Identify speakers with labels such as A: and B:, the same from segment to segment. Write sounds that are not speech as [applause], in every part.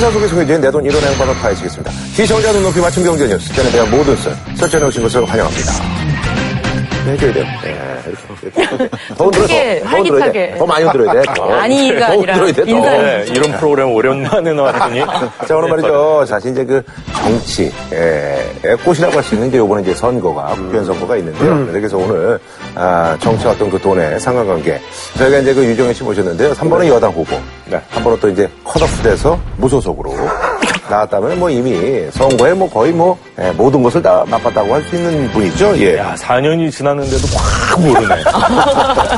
A: 사소기 소개지에 내돈 1원 행방을 파헤치겠습니다. 시청자 눈높이 맞춤 경제 뉴스. 전에 대한 모든 썰, 설전해 오신 것을 환영합니다. 해줘야 돼요. 예, 이렇게, 이렇게. 더 흔들어야 돼.
B: [laughs]
A: 더 흔들어야 돼.
B: 활기차게.
A: 더 많이 흔들어야 돼. 더. [laughs]
B: 아니가
A: 더
B: 아니라
A: 흔들어야 돼. 더.
B: 인사를
A: 예.
C: 네, 이런 프로그램 오랜만에 [laughs] 나왔더니.
A: 자, 오늘 말이죠. 사실 이제 그 정치, 예, 예, 꽃이라고 할 수 있는 게 요번에 이제 선거가, 국회의원 선거가 있는데요. 그래서 오늘, 아, 정치와 어떤 그 돈의 상관관계. 저희가 이제 그 유정현 씨 모셨는데요. 3번은 여당 후보.
C: 네.
A: 한 번은 또 이제 컷오프 돼서 무소속으로 나왔다면 뭐 이미 선거에 뭐 거의 뭐 예, 모든 것을 다 맛봤다고 할 수 있는 분이죠. 예.
C: 야, 4년이 지났는데도 확 모르네. [laughs]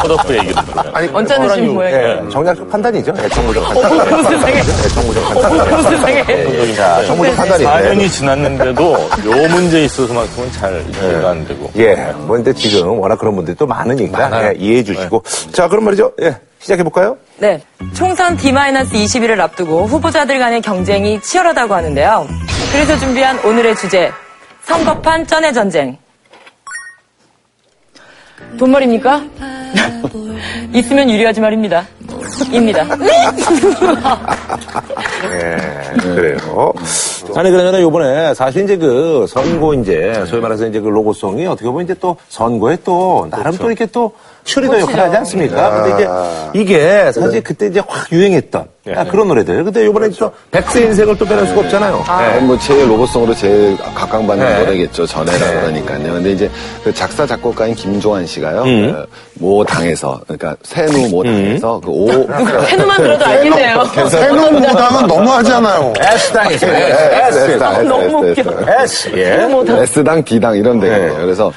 C: 컷오프 얘기도 모르네.
A: 아니,
B: 언짢으신 모양이에요.
A: 예, 정략적 판단이죠. 예, 정무적 판단.
B: 세상에.
A: 예, 정무적 판단.
B: 어, 세상에.
A: 예, 자, 정무적 판단인데.
C: 4년이 지났는데도 요 문제에 있어서만큼은 잘 이해가 안 되고.
A: 예, 뭐 근데 지금 워낙 그런 분들이 또 많으니까 예, 이해해 주시고. 자, 그럼 말이죠. 예, 시작해 볼까요?
B: 네. 총선 D-20일을 앞두고 후보자들 간의 경쟁이 치열하다고 하는데요. 그래서 준비한 오늘의 주제. 선거판 쩐의 전쟁. 돈말입니까? [laughs] 있으면 유리하지 말입니다. 입니다. 네?
A: 예, 그래요. 아니 그러면 요번에 사실 이제 그 선거 이제 소위 말해서 이제 그 로고송이 어떻게 보면 이제 또 선거에 또 나름 또 이렇게 또 슈리더 역할 하지 않습니까? 근데 이제 이게 사실 그때 이제 확 유행했던 아, 그런 노래들. 근데 요번에 또 백세 인생을 또 빼놓을 수가 없잖아요.
D: 아, 뭐 제일 로봇송으로 제일 각광받는
A: 네.
D: 노래겠죠 전에라 그러니까요. 근데 이제 그 작사 작곡가인 김종환 씨가요
A: 음.
D: 그모 당에서 그러니까 새누 모 당에서 그 오
B: 해누만 들어도 알겠네요.
E: 해놓은 모당은 너무하잖아요.
A: S당에서
D: S
A: S당.
D: 당
B: 너무
D: S
B: 웃겨.
D: 당
A: S. 예.
D: S 당 D 당
A: 네.
D: 이런 데거든요. 그래서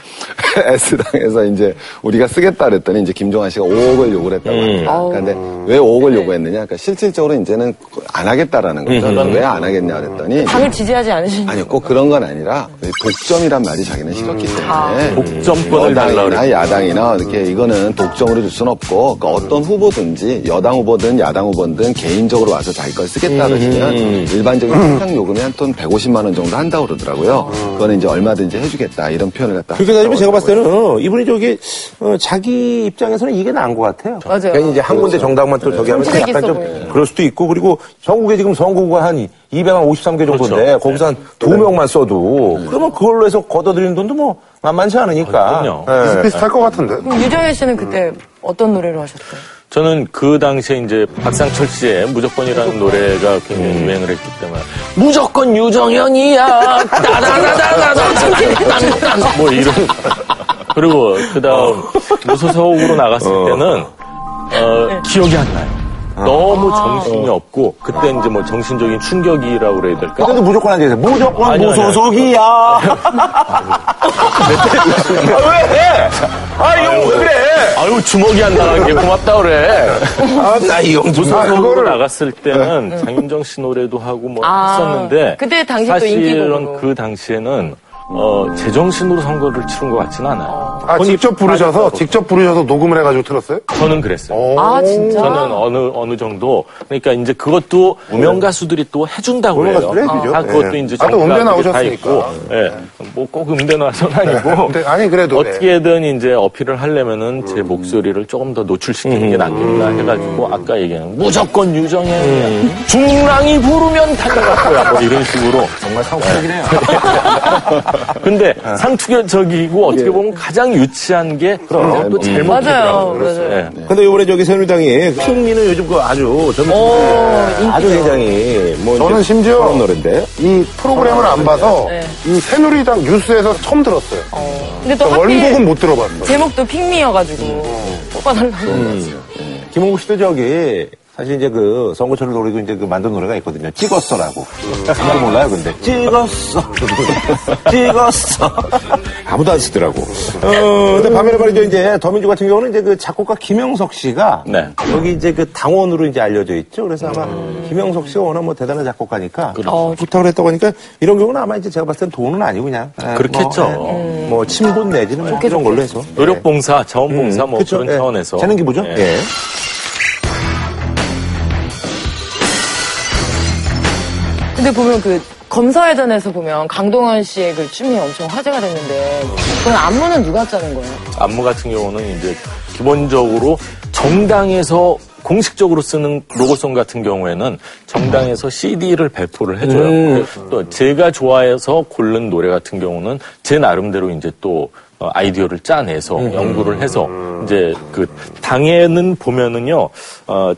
D: [laughs] S 당에서 이제 우리가 쓰겠다 그랬더니 이제 김종환 씨가 5억을 요구를
A: 음.
D: 했다고 합니다. 그러니까 근데 왜 5억을 요구했느냐? 그러니까 실질적으로 이제는 안 하겠다라는 거죠.
A: 음.
D: 왜 안 하겠냐 그랬더니
B: 당을 지지하지 않으신
D: 아니요, 꼭 그런 건 아니라 독점이란 말이 자기는 싫었기 때문에
C: 독점권을 달라
D: 여당이나 야당이나 이렇게 이거는 독점으로 줄 수는 없고 그러니까 어떤 후보든지 여당 후보든 야당 후보든 개인적으로 와서 자기 걸 쓰겠다 그러시면 일반적인 상장 요금이 한 돈 150만 원 정도 한다고 그러더라고요. 그거는 이제 얼마든지 해주겠다 이런 표현을 갖다
A: 그렇게 따지면 제가 봤을 때는 이분이 저기 어, 자기 입장에서는 이게 나은 것 같아요. 그렇죠.
B: 맞아요.
A: 괜히 그러니까 이제 한 군데 정당만 또 저기 하면
B: 정치색이
A: 약간
B: 있어
A: 좀
B: 보여요.
A: 그럴 수도 있고 그리고 전국에 지금 선거구가 한 253개 정도인데 거기서 한 두 명만 써도 그러면 그걸로 해서 걷어들이는 돈도 뭐 만만치 않으니까.
C: 그럼요.
A: 예.
E: 비슷비슷할 것 같은데.
B: 그럼 유정현 씨는 그때 어떤 노래를 하셨어요?
C: 저는 그 당시에 이제 박상철 씨의 무조건이라는 노래가 굉장히 유행을 했기 때문에 무조건 유정현이야 따다다다다다다다다다 뭐 [laughs] 이런 그리고 그다음 무소속으로 나갔을 때는 어, 기억이 안 나요. 너무 정신이 없고 그때 이제 뭐 정신적인 충격이라고 그래야 될까?
A: 근데 무조건 안 되세요. 무조건
C: 아니요, 아니요.
A: 무소속이야. [laughs] 아, 왜? 아, 이거 왜 그래?
C: 아유 주먹이 안 나간 게 고맙다 그래.
A: 아, 나이 형 무슨
C: 무소속으로 나갔을 때는
E: 네.
C: 장윤정 씨 노래도 하고 뭐
B: 아,
C: 했었는데
B: 그때 당시 또 인기곡으로.
C: 사실은 그 당시에는 어 제정신으로 선거를 치른 것 같지는 않아요.
E: 아, 직접 부르셔서, 직접 부르셔서 녹음을 해가지고 틀었어요?
C: 저는 그랬어요.
B: 아, 진짜?
C: 저는 어느 어느 정도 그러니까 이제 그것도 무명 가수들이 또 해준다고
E: 무명
C: 그래요.
E: 네. 가수들이 해주죠.
C: 다 그것도
E: 예.
C: 이제
E: 아, 또 음대
C: 정가들이 다
E: 나오셨으니까.
C: 있고, 예, 뭐꼭 음대 나와서는
A: 어.
C: 아니고.
E: 근데 아니, 그래도, 네.
C: 어떻게든 이제 어필을 하려면은 제
A: 음.
C: 목소리를 조금 더 노출시키는 게 낫겠다 해가지고 아까 얘기한 무조건 유정해
A: 음.
C: 중랑이 부르면 달려갔고요 뭐 이런 식으로 아,
A: 정말 상투적이네요.
C: 근데
A: 아. 예.
C: 상투적이고 어떻게 보면 가장 유치한 게
A: 음.
C: 또 잘못
B: 맞아요. 맞아요.
C: 예.
A: 근데 요번에 저기 새누리당이 승리는 요즘 그 아주 저는 네.
B: 어.
A: 아주 굉장히 뭐
E: 저는
A: 이제
E: 심지어
A: 그런 노래인데 어.
E: 이 프로그램을 안 봐서
B: 네.
E: 이 새누리당 뉴스에서 처음 들었어요. 그러니까
B: 근데 또 하필
E: 원곡은 못 들어봤어요.
B: 제목도 핑미여가지고 뽑아달라고.
A: 김홍국 씨도 저기 사실 이제 그 선거철을 노리고 이제 그 만든 노래가 있거든요. 찍었어라고. 아무도 몰라요, 근데. 찍었어. [laughs] 찍었어. 아무도 안 쓰더라고. 어, 근데 밤에는 말이죠. 이제 더민주 같은 경우는 이제 그 작곡가 김영석 씨가
C: 네.
A: 여기 이제 그 당원으로 이제 알려져 있죠. 그래서 아마 김영석 씨가 워낙 뭐 대단한 작곡가니까 어,
B: 그렇죠.
A: 부탁을 했다고 하니까 이런 경우는 아마 이제 제가 봤을 땐 돈은 아니고 그냥 에,
C: 그렇겠죠.
A: 뭐, 예, 뭐 친분 내지는 뭐 그런 걸로 해서
C: 노력봉사, 자원봉사 뭐
A: 그쵸,
C: 그런
A: 예.
C: 차원에서
A: 재능 기부죠.
C: 예.
A: 예.
B: 근데 보면 그 검사회전에서 보면 강동원 씨의 그 춤이 엄청 화제가 됐는데 그건 안무는 누가 짜는 거예요?
C: 안무 같은 경우는 이제 기본적으로 정당에서 공식적으로 쓰는 로고송 같은 경우에는 정당에서 CD를 배포를 해줘요. 또 제가 좋아해서 고른 노래 같은 경우는 제 나름대로 이제 또 어, 아이디어를 짜내서 연구를 해서 이제 그 당에는 보면은요 어,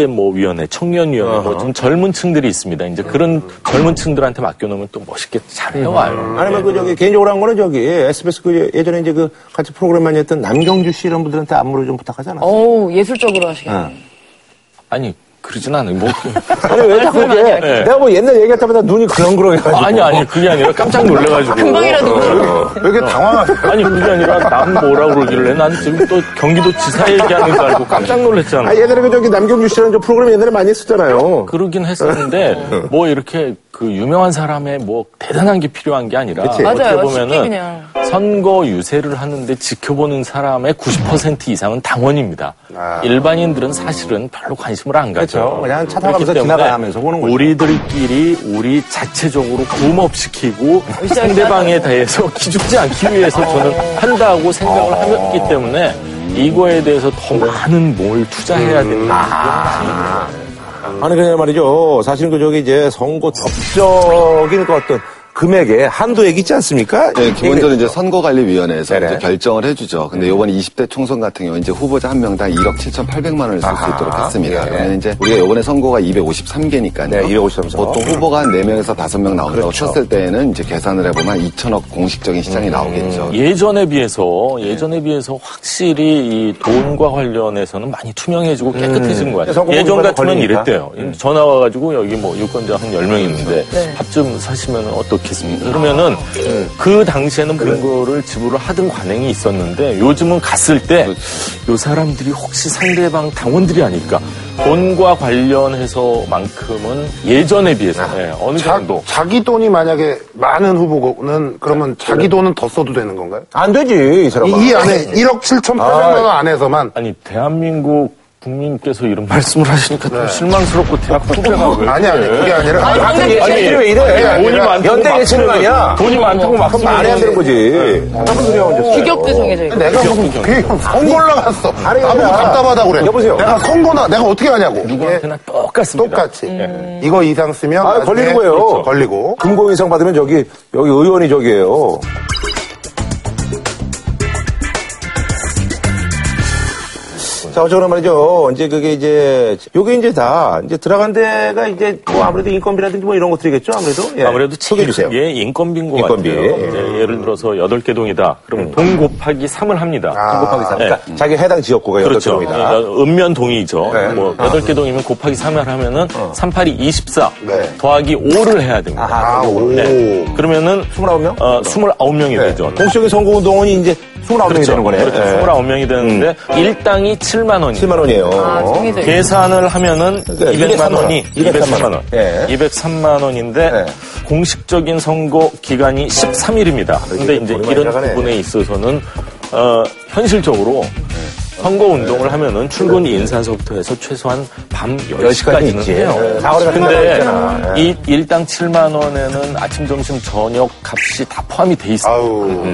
C: 차세대 뭐 위원회, 청년위원회 뭐 좀 젊은 층들이 있습니다. 이제 그런 젊은 층들한테 맡겨놓으면 또 멋있게 잘 해와요.
A: 아니면 그 저기 개인적으로 한 거는 저기 SBS 그 예전에 이제 그 같이 프로그램 많이 했던 남경주 씨 이런 분들한테 안무를 좀 부탁하잖아.
B: 어우, 예술적으로 하시겠네.
C: 아니 그러진 않아요. 뭐
A: 아니 왜 자꾸 이게 내가 뭐 옛날 얘기할 때마다 눈이 그렁그렁해가지고.
C: 아니 아니
B: [laughs]
C: 그게 아니라 깜짝 놀래가지고
B: 금방이라도
A: 어.
E: 왜 이렇게 당황하세요?
C: 아니 그게 아니라 남 뭐라 그러길래 난 지금 또 경기도 지사 얘기하는 줄 알고 깜짝 놀랐잖아.
A: 아, 옛날에 그 저기 남경주 씨라는 저 프로그램 옛날에 많이 했었잖아요.
C: 그러긴
B: 어.
C: 했었는데 뭐 이렇게 그 유명한 사람의 뭐 대단한 게 필요한 게 아니라
A: 그치.
B: 맞아요.
C: 어떻게
B: 쉽게
C: 보면은
B: 그냥.
C: 선거 유세를 하는데 지켜보는 사람의 90% 이상은 당원입니다.
B: 아.
C: 일반인들은 사실은 별로 관심을 안 가죠.
A: 그쵸. 그냥 차 타가면서
C: 그렇기 때문에
A: 지나가면서 보는 거죠.
C: 우리들끼리 우리 자체적으로 굶업시키고
B: 으쌰으쌰
C: 상대방에 대해서 [laughs] 기죽지 않기 위해서 저는 한다고 생각을
A: 어.
C: 하기 때문에 이거에 대해서 더 많은 뭘 투자해야 된다.
A: 아니 그냥 말이죠. 사실은 그 저기 이제 선거 적적인 그 어떤 금액에 한도액 있지 않습니까?
D: 네, 기본적으로 이제 선거관리위원회에서
A: 네네. 네.
D: 이제 결정을 해주죠. 근데 요번에 20대 총선 같은 경우 이제 후보자 한 명당 1억 7,800만 원을 쓸 수 있도록 했습니다.
A: 예.
D: 그러면 이제 우리가 요번에 선거가 253개니까요.
A: 네, 그렇죠. 253 석.
D: 보통 후보가 한 4명에서 5명 나온다고 쳤을 때에는 이제 계산을 해보면 2천억 공식적인
A: 음,
D: 시장이 나오겠죠.
C: 예전에 비해서 예전에 비해서 확실히 이 돈과 관련해서는 많이 투명해지고 깨끗해진 거 음. 같아요.
A: 성공
C: 예전
A: 공부가
C: 같으면
A: 걸리니까.
C: 이랬대요. 전화 와가지고 여기 뭐 유권자 한 10명 있는데 밥 좀 사시면 어떻겠습니까? 그러면은 그 당시에는 그런 거를 지불을 하던 관행이 있었는데 요즘은 갔을 때 요 사람들이 혹시 상대방 당원들이 아닐까 돈과 관련해서만큼은 예전에 비해서 예,
A: 그
C: 어느
E: 자,
C: 정도
E: 자기 돈이 만약에 많은 후보는 그러면
A: 네.
E: 자기 돈은 더 써도 되는 건가요?
A: 안 되지 이 사람.
E: 이, 이 안에
A: 네.
E: 1억 7,800만 원 안에서만
C: 아니 대한민국 국민께서 이런 말씀을 하시니까
A: 네.
C: 좀 실망스럽고 대학 후배가 왜
E: 아니 아니 그게 아니라 아니,
A: 같은 게
C: 아니,
A: 왜 이래?
E: 아니,
C: 돈이
E: 아니라
C: 많다고
A: 연대
C: 막
A: 예체능
C: 쓰면은-
A: 아니야?
C: 돈이 많다고 막
A: 그럼 말이 안 되는 거지. 무슨 소리 하고 있어?
B: 규격도 정해져 있고.
A: 아,
E: 내가 무슨 그형 선거 올라갔어
A: 아니,
E: 나보고
A: 아니라.
E: 답답하다 그래
A: 여보세요?
E: 내가 선거나 내가 어떻게 하냐고 예.
C: 누구한테나 똑같습니다.
E: 똑같이 예. 이거 이상 쓰면
A: 아,
E: 나중에
A: 걸리는 거예요.
E: 그렇죠. 걸리고
A: 금고인상 받으면 저기 여기 의원이 저기예요. 자, 어쨌거나 말이죠. 이제 그게 이제, 요게 이제 다, 이제 들어간 데가 이제, 뭐 아무래도 인건비라든지 뭐 이런 것들이겠죠, 아무래도? 예.
C: 아무래도
A: 소개해 주세요.
C: 예, 인건비인 것
A: 인건비,
C: 같아요.
A: 예.
C: 이제 예를 들어서 여덟 개 동이다. 그럼 동 곱하기 3을 합니다.
A: 곱하기 삼. 그러니까 자기 해당 지역구가 여덟
C: 예. 그렇죠.
A: 개입니다.
C: 그러니까 읍면 동이죠.
A: 네. 어.
C: 뭐 여덟 개 동이면 곱하기 3을 하면은 3, 8이 24
E: 네.
C: 더하기 5를 해야 됩니다.
A: 아, 오.
C: 네. 그러면은
A: 29명? 네.
C: 어, 29명이 되죠.
A: 공식적인 선거운동원이 이제 29명이 되는 거네. 음.
C: 그렇죠. 29명이 되는데 일당이 7만 원이
A: 7만 원이에요.
B: 아, 정해져 있고.
C: 계산을 하면은
A: 그러니까
C: 203만
A: 203만
C: 원이 203만 원.
A: 예.
C: 203만 원인데
A: 예.
C: 공식적인 선거 기간이 13일입니다. 근데
A: 머리
C: 이제
A: 아, 많이
C: 이런
A: 나가네.
C: 부분에 있어서는 어, 현실적으로
A: 네.
C: 선거 운동을 하면은 출근 인사서부터 해서 최소한 밤 10시까지는
A: 있지.
C: 해요.
A: 예. 사월에 같은 거
C: 근데
A: 있잖아. 네.
C: 이 일당 7만 원에는 아침, 점심, 저녁 값이 다 포함이 돼 있어요.
E: 아우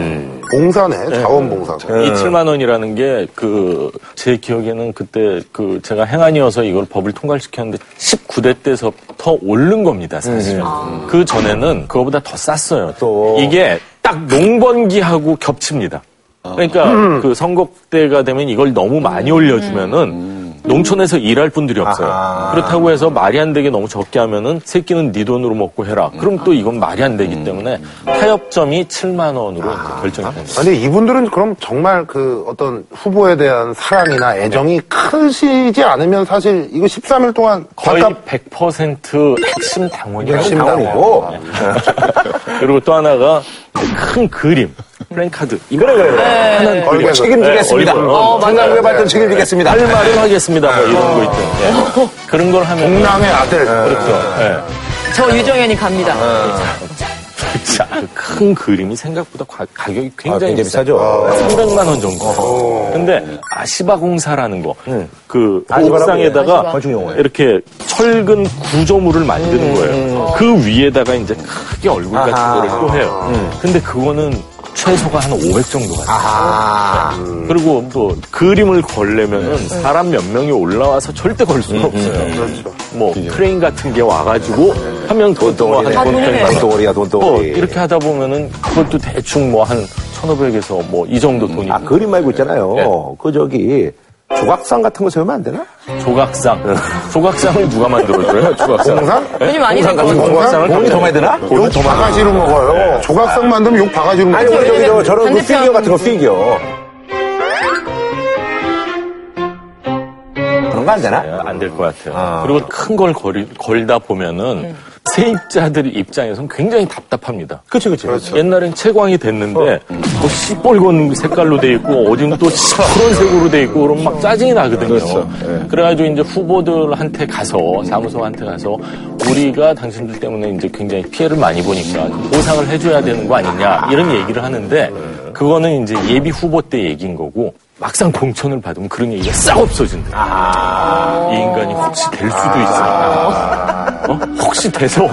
E: 봉사네 자원봉사
A: 예.
C: 이 7만 원이라는 게 그 제 기억에는 그때 그 제가 행안이어서 이걸 법을 통과시켰는데 19대 때서부터 오른 겁니다 사실은 그 전에는 그거보다 더 쌌어요
A: 음. 또.
C: 이게 딱 농번기하고 겹칩니다 그러니까
A: 음.
C: 그 선거 때가 되면 이걸 너무 많이 올려주면은 농촌에서 일할 분들이 없어요
A: 아하.
C: 그렇다고 해서 말이 안 되게 너무 적게 하면은 새끼는 네 돈으로 먹고 해라 그럼 또 이건 말이 안 되기 때문에 타협점이 7만 원으로 이제 결정이 됩니다.
E: 아니 이분들은 그럼 정말 그 어떤 후보에 대한 사랑이나 애정이 크시지 않으면 사실 이거 13일 동안
C: 거의
E: 반값
C: 100% 핵심 당원이라고
A: 핵심
C: 봐요.
A: 당원이고.
C: 그리고 또 하나가 이제 큰 그림, 플랜카드. 이거
A: 그래, 그래, 그래.
C: 하나는
E: 얼굴.
C: 그림.
A: 네. 책임지겠습니다.
C: 네, 얼굴.
A: 어, 만나면 발전 책임지겠습니다.
C: 할 말은 하겠습니다. 뭐 이런 거 있죠. 예. 그런 걸 하면.
E: 공랑의 아들
C: 그렇죠. 예.
B: 저 유정현이 갑니다.
C: [laughs] 자, 큰 그림이 생각보다 가, 격이
A: 아,
C: 굉장히,
A: 굉장히
C: 비싸요.
A: 비싸죠.
C: 300만 원 정도. 근데 아시바 공사라는 거, 그
A: 네. 아시바라고
C: 옥상에다가
A: 건축 용어예요. 음.
C: 이렇게 철근 구조물을 만드는 거예요. 그 위에다가 이제 크게 얼굴 같은
A: 아하. 음.
C: 거를 또 해요. 근데 그거는 최소가 한 500 정도가 돼요.
A: 아하. 네.
C: 그리고 뭐 그림을 걸려면은 사람 몇 명이 올라와서 절대 걸
A: 음,
C: 수가 없어요.
E: 그렇죠.
C: 뭐 크레인 같은 게 와가지고 한 명더 들어와
A: 네. 돈덩어리네.
C: 한
B: 돈덩어리네.
C: 번
A: 돈덩어리야,
C: 어,
A: 아, 돈덩어리.
C: 이렇게 하다 보면은 그것도 대충 뭐 한 1,500에서 뭐 이 정도 돈이
A: 아, 그림 말고 있잖아요. 그 저기, 조각상 같은 거 세우면 안 되나?
C: 조각상. 조각상을 누가 만들어줘요? 조각상.
E: 공산?
B: 돈이 많이
C: 공상 같은
B: 들고.
C: 거. 조각상을
A: 돈이 더
C: 만들어요.
A: 많이 드나?
E: 욕 바가지로 먹어요. 조각상 만들면 욕 바가지로 먹어요.
A: 아니, 우리 저기, 저,
B: 저기,
A: 저런 그
B: 반대편.
A: 피규어 같은 거, 피규어. 그런 거 안 되나?
C: 안 될 것 같아요. 그리고 큰 걸 걸다 보면은 세입자들 입장에서는 굉장히 답답합니다.
A: 그치, 그치.
C: 옛날엔 채광이 됐는데 뭐 시뻘건 색깔로 돼 있고 어딘 또 시퍼런 색으로 돼 있고 그럼 막 짜증이 나거든요. 그래가지고 이제 후보들한테 가서 사무소한테 가서 우리가 당신들 때문에 이제 굉장히 피해를 많이 보니까 보상을 해줘야 되는 거 아니냐 이런 얘기를 하는데 그거는 이제 예비 후보 때 얘기인 거고 막상 공천을 받으면 그런 얘기가 싹 없어진다. 이
D: 어.
C: 인간이 혹시 될 수도
D: 아.
C: 있어. 어? 혹시 돼서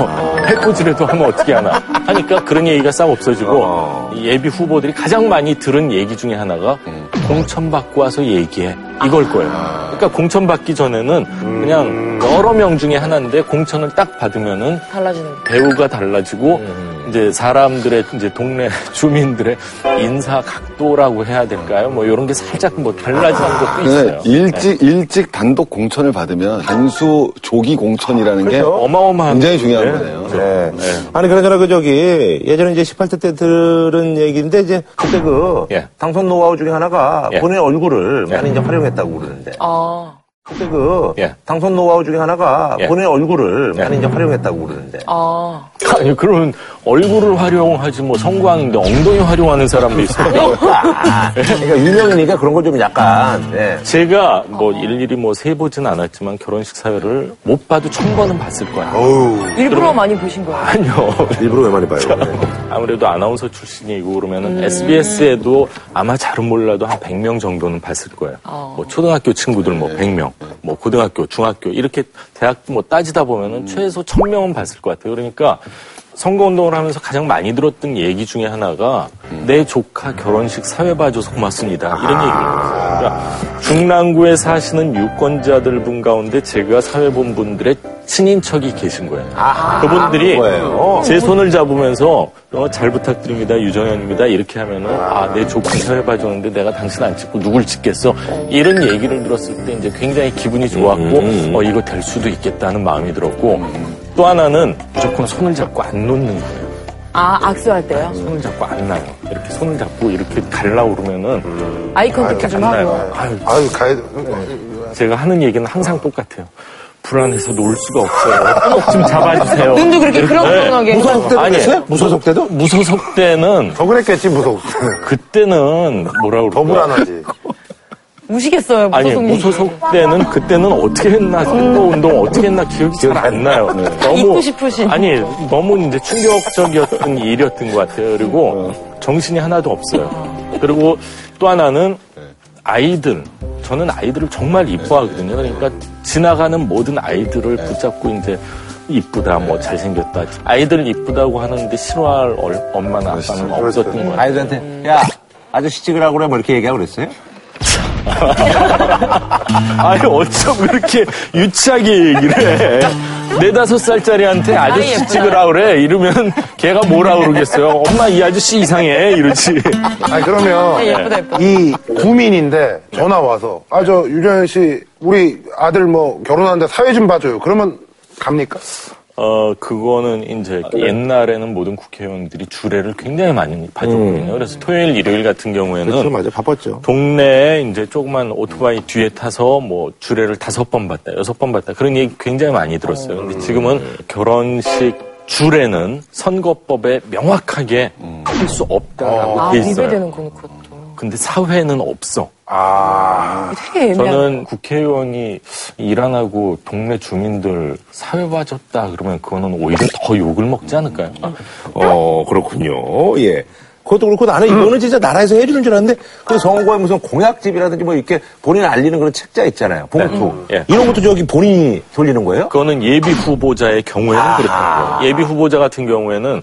C: 해코지라도 하면 어떻게 하나. 하니까 그런 얘기가 싹 없어지고 이 예비 후보들이 가장 많이 들은 얘기 중에 하나가
D: 네.
C: 공천받고 와서 얘기해. 이걸 거예요. 그러니까 공천받기 전에는
D: 음.
C: 그냥 여러 명 중에 하나인데 공천을 딱 받으면은
B: 달라지는 거.
C: 배우가 달라지고
D: 음.
C: 이제 사람들의 이제 동네 [laughs] 주민들의 인사 각도라고 해야 될까요? 뭐 이런 게 살짝 뭐 달라지는 것도
D: 네,
C: 있어요.
D: 일찍 일찍 단독 공천을
A: 네.
D: 받으면 단수 조기 공천이라는 게
C: 어마어마한
D: 굉장히 중요한 거네요.
A: 그렇죠. 네. 아니, 그러잖아, 그 저기, 예전에 이제 18대 때 들은 얘기인데, 이제 그때 그,
C: 예.
A: 당선 노하우 중에 하나가
C: 예.
A: 본인의 얼굴을
C: 예.
A: 많이 이제 활용했다고 그러는데.
B: 아,
A: 그때 그,
C: 예.
A: 당선 노하우 중에 하나가
C: 예.
A: 본인의 얼굴을 많이 이제 활용했다고 그러는데.
B: 아.
C: 아니 그러면 얼굴을 활용하지 뭐 성공하는데 엉덩이 활용하는 사람도 있어요.
A: 아, 그러니까 유명이니까 그런 거 좀 약간, 예.
C: 제가 뭐 일일이 뭐 세보진 않았지만 결혼식 사회를 못 봐도 천 번은 봤을 거야.
B: 일부러 많이 보신 거예요.
C: 아니요.
A: 일부러 왜 많이 봐요?
C: 아무래도 아나운서 출신이고 그러면은 SBS에도 아마 잘은 몰라도 한 100명 정도는 봤을 거예요. 뭐 초등학교 친구들 뭐 100명, 뭐 고등학교, 중학교 이렇게 대학 뭐 따지다 보면은 최소 1000명은 봤을 것 같아요. 그러니까 선거운동을 하면서 가장 많이 들었던 얘기 중에 하나가 내 조카 결혼식 사회 봐줘서 고맙습니다. 이런 얘기를 들었어요. 그러니까 중랑구에 사시는 유권자들 분 가운데 제가 사회본분들의 친인척이 계신 거예요. 그분들이
A: 아, 거예요.
C: 제 손을 잡으면서 어, 잘 부탁드립니다 유정현입니다 이렇게 하면은 아내 조카 사회 봐줬는데 내가 당신 안 찍고 누굴 찍겠어 이런 얘기를 들었을 때 이제 굉장히 기분이 좋았고
A: 음,
C: 어 이거 될 수도 있겠다는 마음이 들었고 또 하나는 무조건 손을 잡고 안 놓는 거예요.
B: 아, 악수할 때요?
C: 손을 잡고 안 나요. 이렇게 손을 잡고 이렇게 갈라오르면은
B: 아이 컨택트 좀 하고.
C: 아유,
E: 아유, 가야 돼.
C: 제가 하는 얘기는 항상 똑같아요. 불안해서 놀 수가 없어요. 꼭 좀 잡아주세요.
E: [laughs]
B: 눈도 그렇게 그렁그렁하게.
A: 무소속 때도
C: 아니,
A: 그랬어요? 무소속 때도?
C: 무소속 때는
E: 더 그랬겠지, 무서워.
C: 그때는 뭐라 그럴까?
E: 더 [laughs] 불안하지.
B: 우시겠어요,
C: 아니
B: 무소속님.
C: 무소속 때는 그때는 어떻게 했나 선거 운동 어떻게 했나 기억이 잘 안 나요.
B: 네. 잊고 싶으신.
C: 아니 너무 이제
B: [laughs]
C: 충격적이었던 일이었던 것 같아요.
B: 음.
C: 그리고 정신이 하나도 없어요. 그리고 또 하나는
B: 네.
C: 아이들 저는 아이들을 정말 이뻐하거든요.
B: 네.
C: 그러니까 지나가는 모든 아이들을 붙잡고 이제 이쁘다 뭐 잘생겼다 아이들 이쁘다고 하는데 싫어할 얼- 엄마나 아빠는
E: 그렇죠.
C: 없었던 거예요.
F: 음.
A: 아이들한테, 야, 아저씨 찍으라고 그래, 뭐 이렇게 얘기하고 그랬어요?
C: 아니 어쩜 그렇게 유치하게 얘기를 해. 네다섯 살짜리한테
B: 아이,
C: 아저씨
B: 예쁘다.
C: 찍으라 그래 이러면 걔가 뭐라 그러겠어요 엄마 이 아저씨 이상해 이러지
E: 아니, 그러면.
B: 네, 예쁘다, 예쁘다.
E: 이 구민인데 전화 와서 아 저 유정현 씨 우리 아들 뭐 결혼하는데 사회 좀 봐줘요. 그러면 갑니까?
C: 어 그거는 이제 옛날에는 모든 국회의원들이 주례를 굉장히 많이 봐줬거든요 그래서 토요일 일요일 같은 경우에는
A: 어. 바빴죠.
C: 동네에 이제 조그만 오토바이 뒤에 타서 뭐 주례를 다섯 번 봤다, 여섯 번 봤다. 그런 얘기 굉장히 많이 들었어요. 근데 지금은 결혼식 주례는 선거법에 명확하게 할 수 없다라고
B: 아,
C: 돼 있어요.
B: 위배되는 건 그것도.
C: 근데 사회는 없어.
B: 되게 애매한.
C: 저는 국회의원이 일 안 하고 동네 주민들 사회 봐줬다 그러면 그거는 오히려 더 욕을 먹지 않을까요?
A: 어, 그렇군요. 예. 그것도 그렇고 나는
C: 음.
A: 이거는 진짜 나라에서 해주는 줄 알았는데 그 선거에 무슨 공약집이라든지 뭐 이렇게 본인 알리는 그런 책자 있잖아요. 봉투.
C: 네. 예.
A: 이런 것도 저기 본인이 돌리는 거예요?
C: 그거는 예비 후보자의 경우에는 그렇다는 거예요. 예비 후보자 같은 경우에는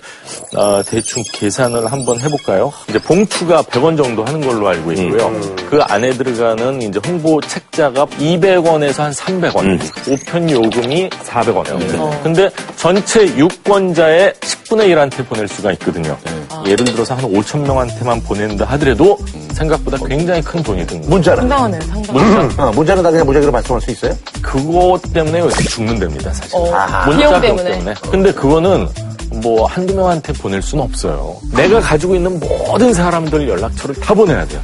C: 아, 대충 계산을 한번 해볼까요? 이제 봉투가 100원 정도 하는 걸로 알고 있고요. 그 안에 들어가는 이제 홍보 책자가 200원에서 한 300원, 우편 요금이 400원. 음. 근데 전체 유권자의 10분의 1한테 보낼 수가 있거든요. 예를 들어서 한 5천 명한테만 보낸다 하더라도 생각보다 굉장히 큰 돈이 든 거예요.
A: 문자는?
B: 상당하네요, 상당하네.
A: 어, 문자는 다 그냥 무작위로 발송할 수 있어요?
C: 그거 때문에 요새 죽는답니다, 사실.
B: 어,
C: 아,
B: 비용
C: 문자
B: 때문에.
C: 근데 그거는 뭐 한두 명한테 보낼 수는 없어요. 내가 가지고 있는 모든 사람들 연락처를 다 보내야 돼요.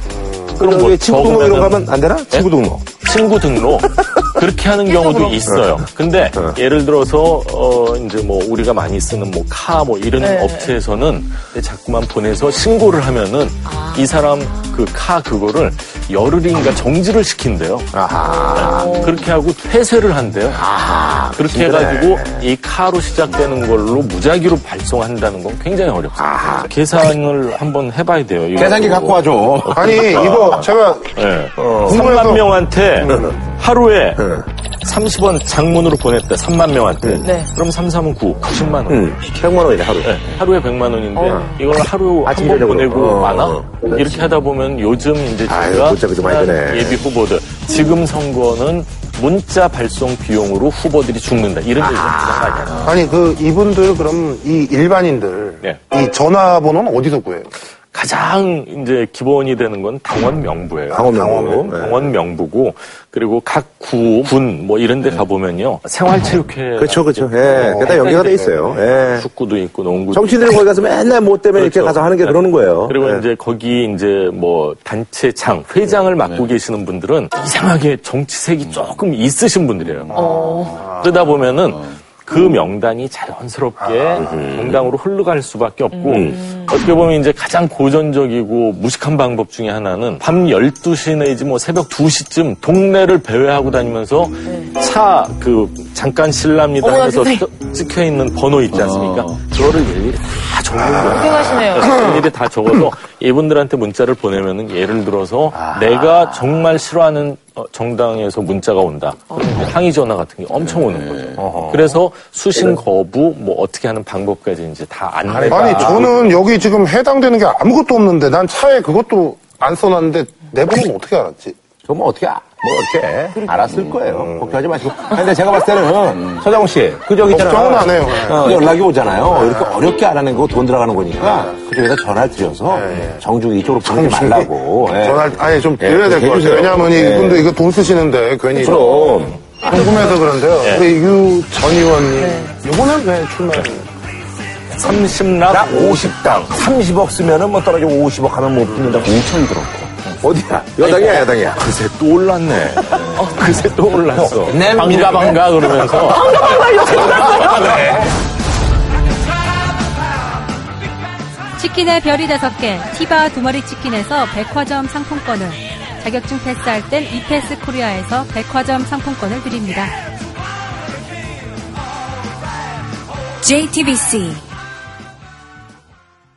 C: 그럼 뭐
A: 왜 친구 등록 이런 거
C: 적으면은 예?
A: 하면 안 되나? 친구 등록.
C: 친구 등록 그렇게 하는 경우도
B: 그럼.
C: 있어요.
A: 네.
C: 근데 예를 들어서 어 이제 뭐 우리가 많이 쓰는 뭐 카 뭐 이런
B: 네.
C: 업체에서는 자꾸만 보내서 신고를 하면은 이 사람 그 카 그거를 열흘인가 정지를 시킨대요. 네. 그렇게 하고 퇴세를 한대요. 그렇게 해가지고 이 카로 시작되는 걸로 무작위로 발송한다는 건 굉장히 어렵습니다. 계산을 한번 해봐야 돼요. 이거.
A: 계산기 갖고 와줘.
E: 아니 이거 제가
C: 예.
A: 어.
E: 궁금해서.
C: 3만 명한테
A: 네,
C: 하루에 30원 장문으로 보냈다. 3만 명한테.
B: 네.
C: 그럼 3, 3은 9, 90만 원.
A: 100만 원이래 하루에.
C: 예, 하루에 100만 원인데 이걸 하루 한
A: 어. 아침
C: 번
A: 저녁으로.
C: 보내고
A: 어,
C: 많아?
A: 어,
C: 이렇게 하다 보면 요즘 이제
A: 아유,
C: 제가
A: 문자비도 많이 드네.
C: 예비 후보들 지금 선거는 문자 발송 비용으로 후보들이 죽는다. 이런 얘기가 많아요.
E: 아니 그 이분들 그럼 이 일반인들
A: 예.
C: 네.
E: 이 전화번호는 어디서 구해요?
C: 가장 이제 기본이 되는 건 당원 명부예요.
A: 당원 명부.
C: 당원,
A: 네.
C: 당원 명부고 그리고 각 구, 군, 뭐 이런 데
A: 네.
C: 가보면요. 생활체육회.
A: 그렇죠, 그렇죠.
C: 어,
A: 예. 그게 다 연계가 돼 있어요. 예.
C: 축구도 있고 농구도
A: 정치인들이 거기 가서 맨날 뭐 때문에 이렇게
C: 그렇죠.
A: 가서 하는 게 그러는 거예요.
C: 그리고
A: 예.
C: 이제 거기 이제 뭐 단체장 회장을
A: 예.
C: 맡고 계시는 분들은 이상하게 정치색이 조금 있으신 분들이에요.
B: 어.
C: 그러다 보면은
A: 어.
C: 그 명단이 자연스럽게
A: 아, 예.
C: 정당으로 흘러갈 수밖에 없고
A: 음.
C: 어떻게 보면 이제 가장 고전적이고 무식한 방법 중에 하나는 밤 12시 내지 뭐 새벽 2시쯤 동네를 배회하고 다니면서 차 그 잠깐 실랍니다
B: 네. 어머나,
C: 하면서
B: 세상에.
C: 써- 찍혀 있는 번호 있지 않습니까?
A: 어.
C: 그거를 일일이 다 적는 거예요.
B: 고생하시네요.
C: 일일이 다 적어서 이분들한테 문자를 보내면은 예를 들어서 내가 정말 싫어하는 어, 정당에서 문자가 온다. 그러면 항의 전화 같은 게 엄청 오는 거죠. 네. 그래서 수신 거부 뭐 어떻게 하는 방법까지 이제 다 안내가
A: 그러니까
E: 아니
A: 그
E: 저는 여기 지금 해당되는 게 아무것도 없는데 난 차에 그것도 안 써놨는데 내
A: 그
E: 번호는 어떻게 알았지?
A: 그럼 뭐 어떻게, 아- 뭐 어떻게 알았을 거예요.
E: 음.
A: 걱정하지 마시고. 아니, 근데 제가 봤을 때는 서장훈 씨, 그 저기 있잖아요.
E: 걱정은 안 해요. 네.
A: 어, 연락이 오잖아요. 이렇게 어렵게 안 하는 거 돈 들어가는 거니까
E: 네.
A: 그쪽에다 전화를 드려서 정중 이쪽으로 보내지
E: [laughs]
A: 말라고. 예.
E: 전화 아니 좀 드려야
A: 예,
E: 될 것 같아요.
A: 해주세요.
E: 왜냐하면
A: 예.
E: 이분도 이거 돈 쓰시는데 괜히
A: 그럼. 예.
E: 궁금해서 그런데요. 우리 유전 의원님
B: 네.
E: 이번엔 왜 출마를?
C: 30락
A: 나 50당, 30억 쓰면은 뭐 떨어지고 50억 하면 못 붙는다고 5천이 들었고. 어디야? 여당이야, 여당이야.
C: 그새 또 올랐네. 어, 그새 또 올랐어.
A: 내
C: 반가 반가 그러면서
F: 치킨에 별이 다섯 개, 티바 두 마리 치킨에서 백화점 상품권을, 자격증 패스할 땐 이패스 코리아에서 백화점 상품권을 드립니다. JTBC